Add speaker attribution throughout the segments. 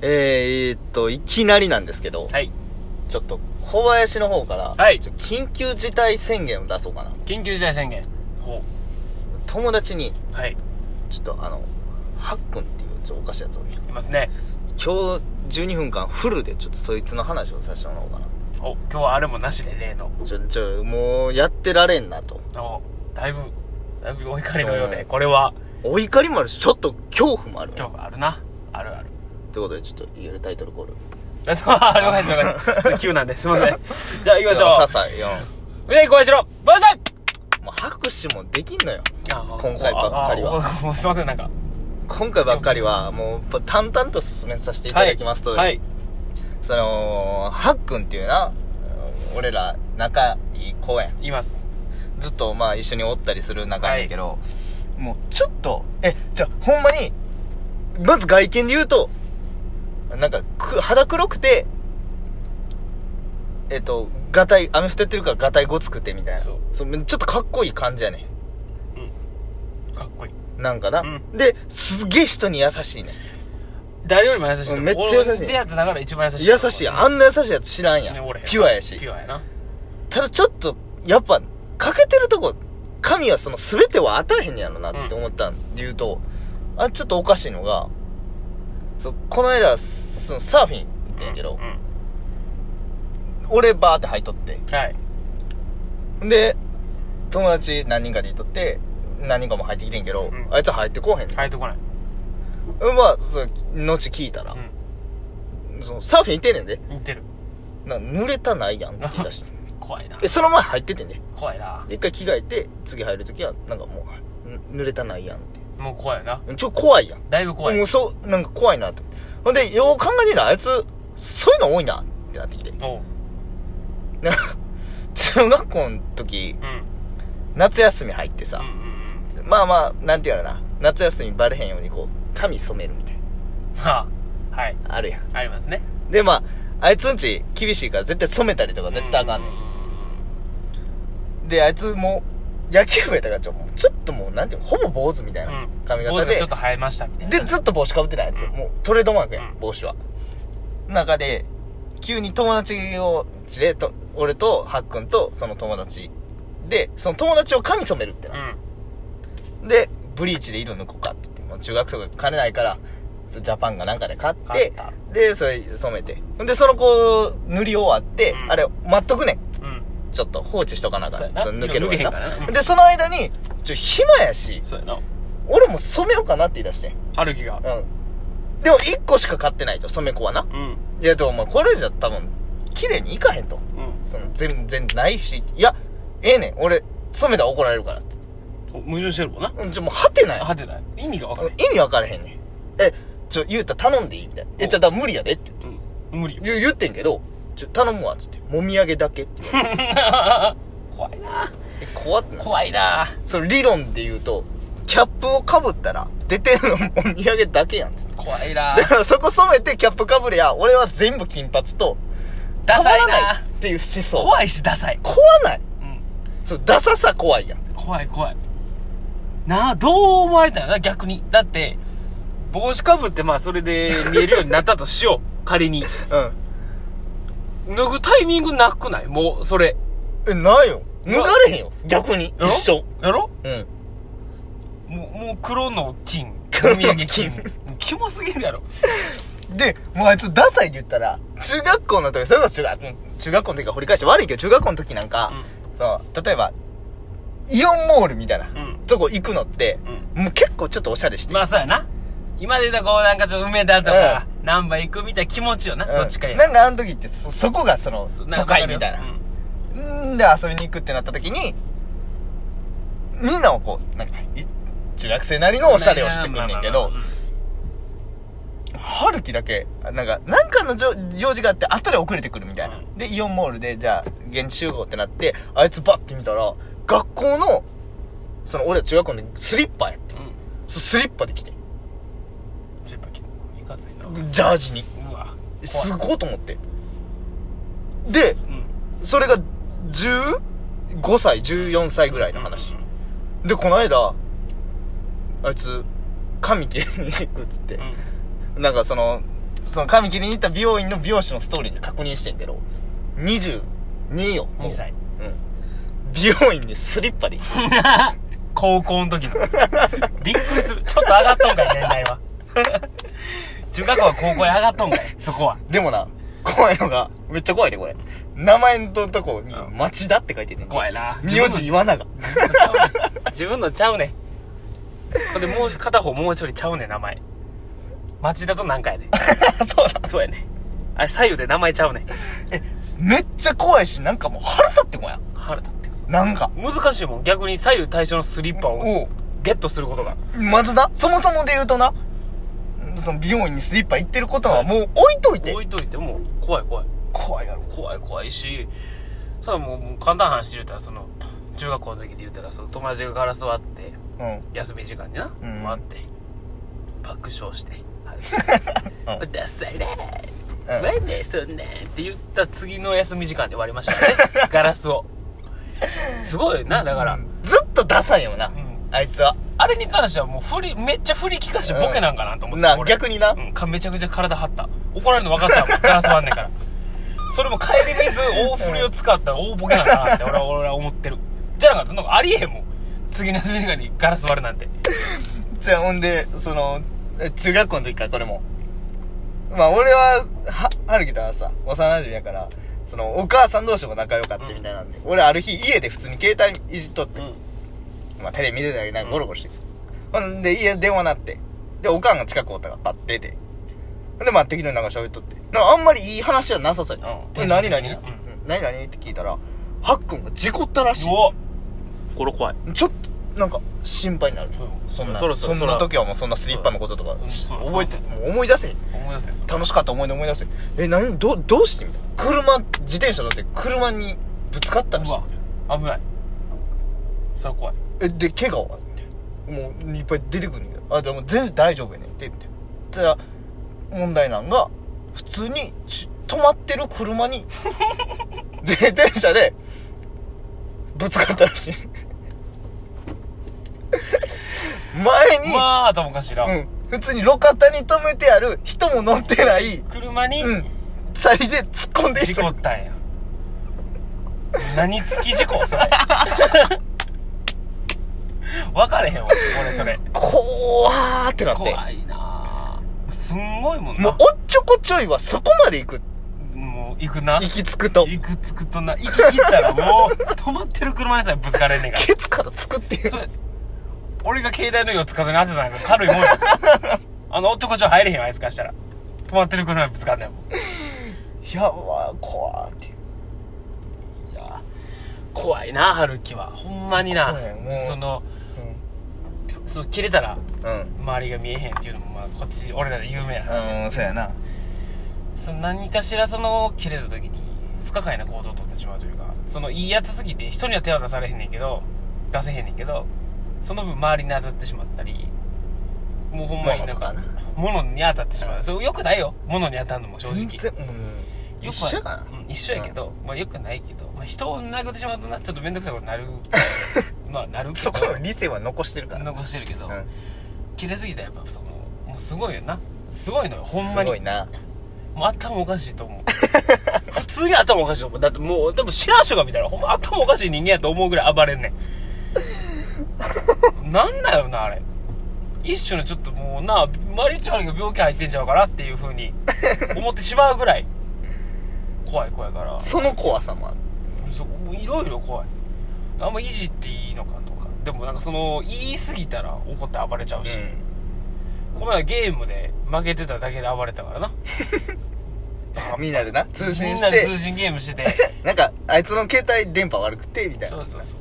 Speaker 1: えー、っと、いきなりなんですけど、
Speaker 2: はい。
Speaker 1: ちょっと小林の方から、
Speaker 2: はい
Speaker 1: ちょ緊急事態宣言を出そうかな。
Speaker 2: 緊急事態宣言。ほ
Speaker 1: 友達に、
Speaker 2: う。はい。
Speaker 1: ちょっとあの、はっくんっていうちょっとおかしいやつおるやん
Speaker 2: いますね。
Speaker 1: 今日12分間フルでちょっとそいつの話をさせてもらおうかな。
Speaker 2: お、今日はあれもなしで、例の。
Speaker 1: ちょ、ちょ、もうやってられんなと。
Speaker 2: お、だいぶ、だいぶお怒りのよう
Speaker 1: う
Speaker 2: で、
Speaker 1: ん
Speaker 2: これは、
Speaker 1: お怒りもあるし、ちょっと恐怖もある。って
Speaker 2: 今日あるな。あるある。
Speaker 1: ことで、ちょっと言えるタイトルコール。
Speaker 2: あそう、 あ了解です、了解です。急なんです。すいま せん。じゃあ行きまし
Speaker 1: ちょさ
Speaker 2: ょ
Speaker 1: さ、4。
Speaker 2: う。うねぎ小林郎、バンジ
Speaker 1: もう拍手もできんのよ。
Speaker 2: ャイあ
Speaker 1: 今回ばっかりは
Speaker 2: ああも うすいません、なんか。
Speaker 1: 今回ばっかりは、もう、淡々と進めさせていただきますと、
Speaker 2: はい。
Speaker 1: その、はっくんっていうな、俺ら仲いい子やん。
Speaker 2: 言います。
Speaker 1: ずっとまあ一緒におったりする仲やねんけど、もうちょっと、え、じゃあほんまに、まず外見で言うと、なんかく、肌黒くて、えっと、ガタイ、アメフトやってるからガタイごつくてみたいな。
Speaker 2: そう
Speaker 1: そうちょっとかっこいい感じやね
Speaker 2: かっこいい。
Speaker 1: ん。なんかな。
Speaker 2: うん
Speaker 1: で、すげえ人に優しいねん。
Speaker 2: 誰よりも優しい。
Speaker 1: うんめっちゃ優しい
Speaker 2: 俺出会った中で一番優しい。
Speaker 1: 優しいやん。あんな優しいやつ知らんやん。
Speaker 2: ね俺
Speaker 1: ピュアやし
Speaker 2: ピ。ュアやな。
Speaker 1: ただちょっと、やっぱ、欠けてるとこ、神はその全ては与えへんねやろなって思ったんで言うと、あ、ちょっとおかしいのが、そうこの間、そのサーフィン行ってんやけど、
Speaker 2: うんうん
Speaker 1: 俺バーって入っとって、
Speaker 2: はい。
Speaker 1: で、友達何人かで行っとって、何人かも入ってきてんけど、
Speaker 2: うん
Speaker 1: あいつは入ってこうへんねん。
Speaker 2: 帰ってこない。
Speaker 1: まあ、そう後聞いたら、
Speaker 2: う
Speaker 1: そのサーフィン行ってんねんで、
Speaker 2: ん。似てる。
Speaker 1: な濡れたないやんって言い出して。
Speaker 2: 怖いな
Speaker 1: え、。その前入っててんで。
Speaker 2: 怖いな。
Speaker 1: 一回着替えて、次入るときは、なんかもう、ぬ濡れたないやんって。
Speaker 2: もう怖いな。
Speaker 1: ちょ、怖いやん。
Speaker 2: だいぶ怖い
Speaker 1: もう。そう、なんか怖いなと。ほんで、よう考えてみたら、あいつ、そういうの多いなってなってきて。
Speaker 2: おう。
Speaker 1: なんか中学校の時、
Speaker 2: うん。
Speaker 1: 夏休み入ってさ
Speaker 2: うん、うん
Speaker 1: まあまあ、なんて言うやろな、夏休みバレへんようにこう、髪染めるみたい
Speaker 2: うん。はあ。 はい。
Speaker 1: な、あるやん。
Speaker 2: ありますね。
Speaker 1: で、まあ、あいつんち厳しいから絶対染めたりとか絶対あかんね。
Speaker 2: うん
Speaker 1: で、あいつもう、野球部やったからちょ、ちょっともう、なんていうのほぼ坊主みたい
Speaker 2: んうんう。
Speaker 1: なん髪
Speaker 2: 坊
Speaker 1: 型
Speaker 2: 主が
Speaker 1: で
Speaker 2: ちょっ、と生えましたみたいな。
Speaker 1: で、ずっと帽子かぶってないやつ。もうトレードマークやん、
Speaker 2: うん
Speaker 1: 帽子は。中で、急に友達を、ちで、と、俺と、はっくんと、その友達。で、その友達を髪染めるって
Speaker 2: う
Speaker 1: な。
Speaker 2: ん。
Speaker 1: で、ブリーチで色抜こうかって言って、もう中学生が金ないから、そジャパンがなんかで買っ
Speaker 2: 買ってた、
Speaker 1: で、それ染めて。で、その子、塗り終わって、
Speaker 2: うん
Speaker 1: あれ、待っとくねん。
Speaker 2: うん。
Speaker 1: ちょっと放置しとかなあか
Speaker 2: そう
Speaker 1: ら、
Speaker 2: や
Speaker 1: そ
Speaker 2: な
Speaker 1: の抜けるまで
Speaker 2: 色抜けへんからなうん
Speaker 1: で、その間に、ちょ、暇やし、
Speaker 2: そうやな。
Speaker 1: 俺も染めようかなって言い出してん。
Speaker 2: 春樹が。
Speaker 1: うん。でも1個しか買ってないと、染め粉はな。
Speaker 2: うん。うん。
Speaker 1: いや、でもお前これじゃ多分、綺麗にいかへんと。その、全然ないし、いや、ええねん、俺、染めたら怒られるからって。
Speaker 2: お矛盾してるもんな。
Speaker 1: うん、ちょ、もう、はてない。
Speaker 2: はてない。意味がわかんない。
Speaker 1: 意味分からへんねん。え、ちょ、言うたら頼んでいいみたいな。え、じゃあ、だから無理やでって。
Speaker 2: うん。無理よ。
Speaker 1: 言う言ってんけど、ちょ、頼むわ、つって。もみあげだけって言われて。
Speaker 2: 怖いな。
Speaker 1: え、怖ってな。
Speaker 2: 怖いな。
Speaker 1: その理論で言うと、キャップをかぶったら、出てるのもみあげだけやん、つって。
Speaker 2: 怖いな
Speaker 1: だ。からそこ染めてキャップかぶれや、俺は全部金髪と、
Speaker 2: ダサい
Speaker 1: 変わらな。
Speaker 2: ない
Speaker 1: っていう思想。
Speaker 2: 怖いし、ダサい。
Speaker 1: 怖ない
Speaker 2: うん。
Speaker 1: そう、ダサさ怖いやん。
Speaker 2: 怖い怖い。なあ、どう思われたんやろな、逆に。だって、帽子かぶってまあそれで見えるようになったとしよ う。仮に。
Speaker 1: うん。
Speaker 2: 脱ぐタイミングなくないもう、それ。
Speaker 1: え、ないよ。脱がれへんよ。逆に。一緒。
Speaker 2: やろ
Speaker 1: うん。
Speaker 2: もう、もう黒の金。
Speaker 1: 黒の金
Speaker 2: お土産金。キモすぎるやろ。
Speaker 1: で、もうあいつダサいって言ったら、中学校の時、それこそ中学、うん中学校の時が掘り返して悪いけど、中学校の時なんか、そう、例えば、イオンモールみたいな、
Speaker 2: ん
Speaker 1: とこ行くのって、もう結構ちょっとおしゃれして。
Speaker 2: まあそうやな。今で言うとこうなんかちょっと梅田とか、
Speaker 1: う
Speaker 2: 難波行くみたいな気持ちよな。
Speaker 1: うん
Speaker 2: どっちかや。
Speaker 1: なんかあの時ってそ、そこがその、
Speaker 2: そうな
Speaker 1: 都
Speaker 2: んかわか
Speaker 1: 会
Speaker 2: るよ
Speaker 1: みたいな
Speaker 2: う。ん
Speaker 1: んで遊びに行くってなった時に、みんなをこう、なんか、い中学生なりのおしゃれをしてくんねんけ
Speaker 2: まあ
Speaker 1: ど
Speaker 2: まあ、まあ
Speaker 1: 春樹だけ、あなんか、なんかのじょ用事があって、後で遅れてくるみたいな。
Speaker 2: うん
Speaker 1: で、イオンモールで、じゃあ、現地集合ってなって、あいつバッて見たら、学校の、その、俺ら中学校の時スリッパやって。
Speaker 2: うんうん
Speaker 1: そスリッパで来て。
Speaker 2: ジッパー着ていかついな。
Speaker 1: ジャージに。
Speaker 2: うわ。
Speaker 1: す
Speaker 2: い。
Speaker 1: ごいと思って。で、
Speaker 2: うん。
Speaker 1: それが、15歳、14歳ぐらいの話。で、この間、あいつ、髪切りに行くっつって
Speaker 2: う、ん。
Speaker 1: なんかその、その髪切りに行った美容院の美容師のストーリーで確認してんけど、22よ。もう
Speaker 2: 2歳。
Speaker 1: うん。美容院でスリッパで行く
Speaker 2: 高校の時の。 びっくりする。ちょっと上がっとんかい、年代は。中学校は高校へ上がっとんかい、そこは。
Speaker 1: でもな、怖いのが、めっちゃ怖いね、これ。名前のとこに、町田って書いてんねん。
Speaker 2: 怖いな
Speaker 1: 名字岩永。
Speaker 2: 自分のちゃうねん。ほんで、もう片方もう一人ちゃうねん、名前。町田となんかやで。
Speaker 1: そうだ。
Speaker 2: そうやねん。あれ、左右で名前ちゃうねん。
Speaker 1: めっちゃ怖いし、なんかもう腹立ってこや。
Speaker 2: 腹立ってくる。
Speaker 1: なんか。
Speaker 2: 難しいもん。逆に左右対称のスリッパを
Speaker 1: おう
Speaker 2: ゲットすることが。
Speaker 1: まずな、そもそもで言うとな、その美容院にスリッパ行ってることはもう置いといて。
Speaker 2: 置いといても、怖い怖い。
Speaker 1: 怖いやろ。
Speaker 2: 怖い怖いしさあもうもう簡単な話で言うたらその中学校の時で言うたらその友達がガラス割って
Speaker 1: うん。
Speaker 2: 休み時間にな、
Speaker 1: うん
Speaker 2: 割って爆笑して「は い
Speaker 1: う
Speaker 2: ダサいなー
Speaker 1: うん
Speaker 2: なんでそんなん」って言った次の休み時間で割りました からねガラスをすごいなだから、
Speaker 1: ずっとダサいよな、
Speaker 2: ん
Speaker 1: あいつは。
Speaker 2: あれに関してはもう振りめっちゃ振り利かしてボケなんかなと思って、
Speaker 1: な、
Speaker 2: 俺
Speaker 1: 逆にな
Speaker 2: う。んかめちゃくちゃ体張った怒られるの分かったもんガラス割んねんからそれも帰り水大振りを使った大ボケなんだなって俺は俺は思ってるじゃなかったなんかありえへんもん次の休み時間にガラス割るなんて
Speaker 1: じゃあ、ほんで、その、え中学校の時からこれも。まあ、俺は、は、春樹とはさ、幼馴染やから、その、お母さん同士も仲良かったみたいなんで、俺ある日家で普通に携帯いじっとって、まあ、テレビ見てたりなんかゴロゴロして、ほんで、家電話なって、で、おかんが近くおったからパッて出て、ほんで、まあ、適当になんか喋っとって、なんかあんまりいい話はなさそうや
Speaker 2: うん
Speaker 1: った。え何何
Speaker 2: うん
Speaker 1: 何何って聞いたら、はっくんが事故ったらしい。
Speaker 2: おこれ怖い
Speaker 1: ちょっと、なんか、心配になる。
Speaker 2: うん
Speaker 1: そんな、
Speaker 2: そ
Speaker 1: そ
Speaker 2: ろそろ
Speaker 1: んな時はもうそんなスリッパのこととか、
Speaker 2: ん
Speaker 1: し
Speaker 2: そう
Speaker 1: 覚え
Speaker 2: そ
Speaker 1: て、
Speaker 2: う
Speaker 1: もう思い出せん。
Speaker 2: 思い出すねそれ
Speaker 1: 楽しかった思い出思い出せん。え、何、ど、どうしてみたいな。車、自転車乗って車にぶつかったらし
Speaker 2: う
Speaker 1: い。
Speaker 2: わ危ないそれ怖い
Speaker 1: え、で、怪我はもう、いっぱい出てくるんだけど、あ、でも全然大丈夫やねんって、みたいな。ただ、問題なんが、普通にち、止まってる車 に、自転車で、ぶつかったらしい。前に、
Speaker 2: まあ頭おかしいな、
Speaker 1: うん。普通に路肩に止めてある、人も乗ってない、
Speaker 2: 車に
Speaker 1: うん。チャリで突っ込んでい
Speaker 2: 事故ったんや何付き事故それ分かれへんわ俺それ
Speaker 1: 怖ーってなって。
Speaker 2: 怖いなぁすんごいもん
Speaker 1: も
Speaker 2: な
Speaker 1: う、おっちょこちょいはそこまで行く。
Speaker 2: もう行くな
Speaker 1: 行き着くと。
Speaker 2: 行くつくとな行き切ったらもう止まってる車にさえぶつかれんねんか
Speaker 1: ケツからつくってい
Speaker 2: ら
Speaker 1: う。
Speaker 2: それ俺が携帯の用つかずに当てたんやから軽いもん やあのおっちょこちょい入れへんわあいつからしたら止まってる車にぶつかんねんもん
Speaker 1: やばー、怖ーって。
Speaker 2: いやぁ怖いな春樹はほんまにな
Speaker 1: 怖いもう
Speaker 2: そのその切れたら
Speaker 1: うん。うん。
Speaker 2: 周りが見えへんっていうのもまあこっち俺らで有名やな
Speaker 1: うん、そうやな。
Speaker 2: その何かしらその切れた時に不可解な行動をとってしまうというかそのいいやつすぎて人には手は出されへんねんけど出せへんねんけどその分周りに当たってしまったりもうほんまになんか
Speaker 1: 物とか
Speaker 2: 物に当たってしまうそれよくないよ物に当たるのも正直
Speaker 1: 全然、うん。
Speaker 2: よ
Speaker 1: 一
Speaker 2: くは
Speaker 1: 緒やから
Speaker 2: うん、一緒やけど、まあよくないけど、まあ、人を殴ってしまうとなちょっと面倒くさいことに なるまあなるけど
Speaker 1: そこの理性は残してるから。
Speaker 2: 残してるけど、
Speaker 1: うん。
Speaker 2: 切れすぎたらやっぱそのもうすごいよなすごいのよほんますに
Speaker 1: ごいな。
Speaker 2: もう頭おかしいと思う。 普通に頭おかしいと思う。だってもう、多分知らん人が見たら、ほんま頭おかしい人間やと思うぐらい暴れんね ん。なんだよな、あれ。一種のちょっともうな、マリちゃんが病気入ってんちゃうかなっていう風に思ってしまうぐらい、怖い怖いから、
Speaker 1: その怖さもある。
Speaker 2: そこもいろいろ怖い。あんまいじっていいのかとか。でもなんかその、言い過ぎたら怒って暴れちゃうし。この前はゲームで負けてただけで暴れたからな。
Speaker 1: うん。みんなでな、 通
Speaker 2: み
Speaker 1: 信
Speaker 2: ん
Speaker 1: し
Speaker 2: なで
Speaker 1: て
Speaker 2: 通、信ゲームしてて。
Speaker 1: なんか、あいつの携帯電波悪くて、みたいな。
Speaker 2: そうそうそう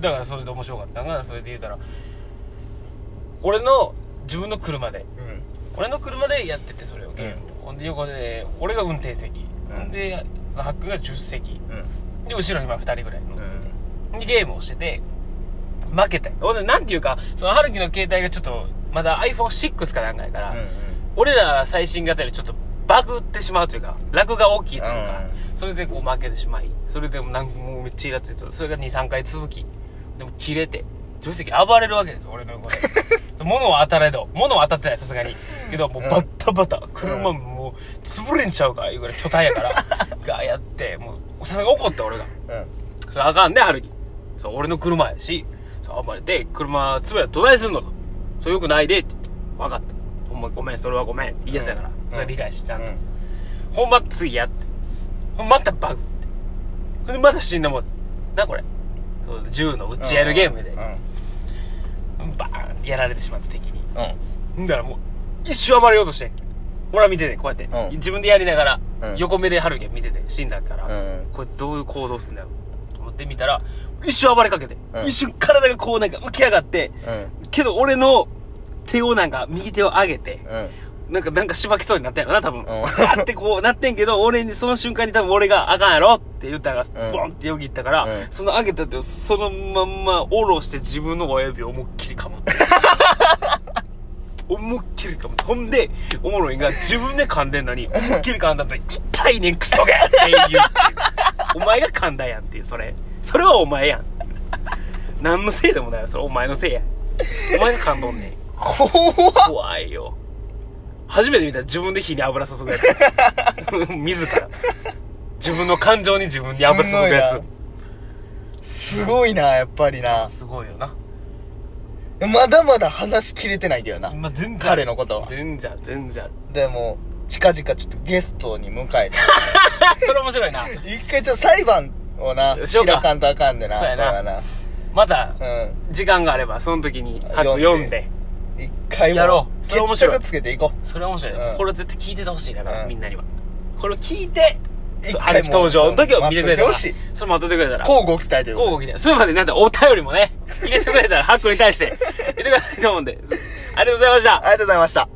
Speaker 2: だからそれで面白かったのがそれで言うたら俺の自分の車で
Speaker 1: うん。
Speaker 2: 俺の車でやっててそれをゲームを、ほんで横で俺が運転席、
Speaker 1: うん
Speaker 2: ほんでハックが10席
Speaker 1: うん。
Speaker 2: で後ろにまあ2人ぐらい乗って
Speaker 1: うん。
Speaker 2: て、でゲームをしてて負けたよほんでなんていうかその春樹の携帯がちょっとまだ iPhone6 かなんかやから、
Speaker 1: うん
Speaker 2: 俺ら最新型よりちょっとバグってしまうというか、ラグが大きいというか、それでこう負けてしまい、それでもうなんかもうめっちゃイラついてた、それが2、3回続き、でも切れて、助手席暴れるわけですよ、俺の横で。 物は当たれど物は当たってないさすがにけどもうバッタバタ車もう潰れんちゃうかいうぐらい巨体や からがやってもうさすがに怒って俺が
Speaker 1: うん。
Speaker 2: それあかんで、春樹。そう、俺の車やし、そう、暴れて、車、つぶやどないすんのと。そう、よくないで、って言って。わかった。ほんまごめん、それはごめん。いいやつやから。
Speaker 1: うん
Speaker 2: それ理解し、ちゃんと。
Speaker 1: うん
Speaker 2: ほんま、次やって。ほんまたバグって。ほんで、また死んだもん。な、これ。そう、銃の打ち合いのゲームで
Speaker 1: うん。、
Speaker 2: バーンってやられてしまって敵に。
Speaker 1: うん。
Speaker 2: んだからもう、一瞬暴れようとして。俺は見てて、こうやって。
Speaker 1: うん
Speaker 2: 自分でやりながら、
Speaker 1: うん
Speaker 2: 横目で春樹が見てて、死んだから。
Speaker 1: うん。
Speaker 2: こいつどういう行動するんだろうと思って見たら、一瞬暴れかけて、
Speaker 1: うん
Speaker 2: 一瞬体がこうなんか浮き上がって、
Speaker 1: うん。
Speaker 2: けど俺の手をなんか、右手を上げて、
Speaker 1: うん。
Speaker 2: なんか、なんかしばきそうになったんやろな、多分。
Speaker 1: ん
Speaker 2: ガーってこうなってんけど、俺に、その瞬間に多分俺があかんやろって言ったら、
Speaker 1: うん
Speaker 2: ボンってよぎったから、
Speaker 1: うん
Speaker 2: その上げた手をそのまんま下ろして自分の親指を思いっきり かまって。思いっきりかまって。ほんで、おもろいんが自分で噛んでんのに、思いっきり噛んだと痛いねん、クソがって言うっていう。お前が噛んだやんっていう、それ。それはお前やんっていう。何のせいでもないよ、それお前のせいや。お前が噛んどんねん。
Speaker 1: 怖っ
Speaker 2: 怖いよ初めて見たら自分で火に油注ぐやつ 自ら自分の感情に自分に油注ぐや
Speaker 1: すごいな、やっぱりな
Speaker 2: つ。すごいよな
Speaker 1: まだまだ話しきれてないけどな。
Speaker 2: 今全然ある
Speaker 1: 彼のことは。
Speaker 2: 全然ある全然ある
Speaker 1: でも、近々ちょっとゲストに迎えて。
Speaker 2: それ面白いな
Speaker 1: 一回ちょっと裁判をな、
Speaker 2: しよ
Speaker 1: 開
Speaker 2: うか
Speaker 1: かんとあかんでな。
Speaker 2: そうやな
Speaker 1: これはな。
Speaker 2: また
Speaker 1: うん。
Speaker 2: 時間があればその時にあと
Speaker 1: 読
Speaker 2: 読
Speaker 1: ん
Speaker 2: ん
Speaker 1: で
Speaker 2: で
Speaker 1: 一回も。
Speaker 2: やろうそれ面白い
Speaker 1: 決着つけていこう。
Speaker 2: それは面白いね
Speaker 1: うん
Speaker 2: これ絶対聞いててほしいだから
Speaker 1: うん
Speaker 2: みんなにはこれを聞いて
Speaker 1: 一
Speaker 2: そ
Speaker 1: 回
Speaker 2: う
Speaker 1: も
Speaker 2: あれ登場の時を見てくれたら
Speaker 1: 待っといてほ
Speaker 2: それ待っといてくれたら
Speaker 1: 交互期待という
Speaker 2: 交
Speaker 1: こ
Speaker 2: 互期待。それまでなんてお 便りもね、入れてくれたら、ハックに対して、入れてくれたいと思うんで。ありがとうございました
Speaker 1: と。。ありがとうございました。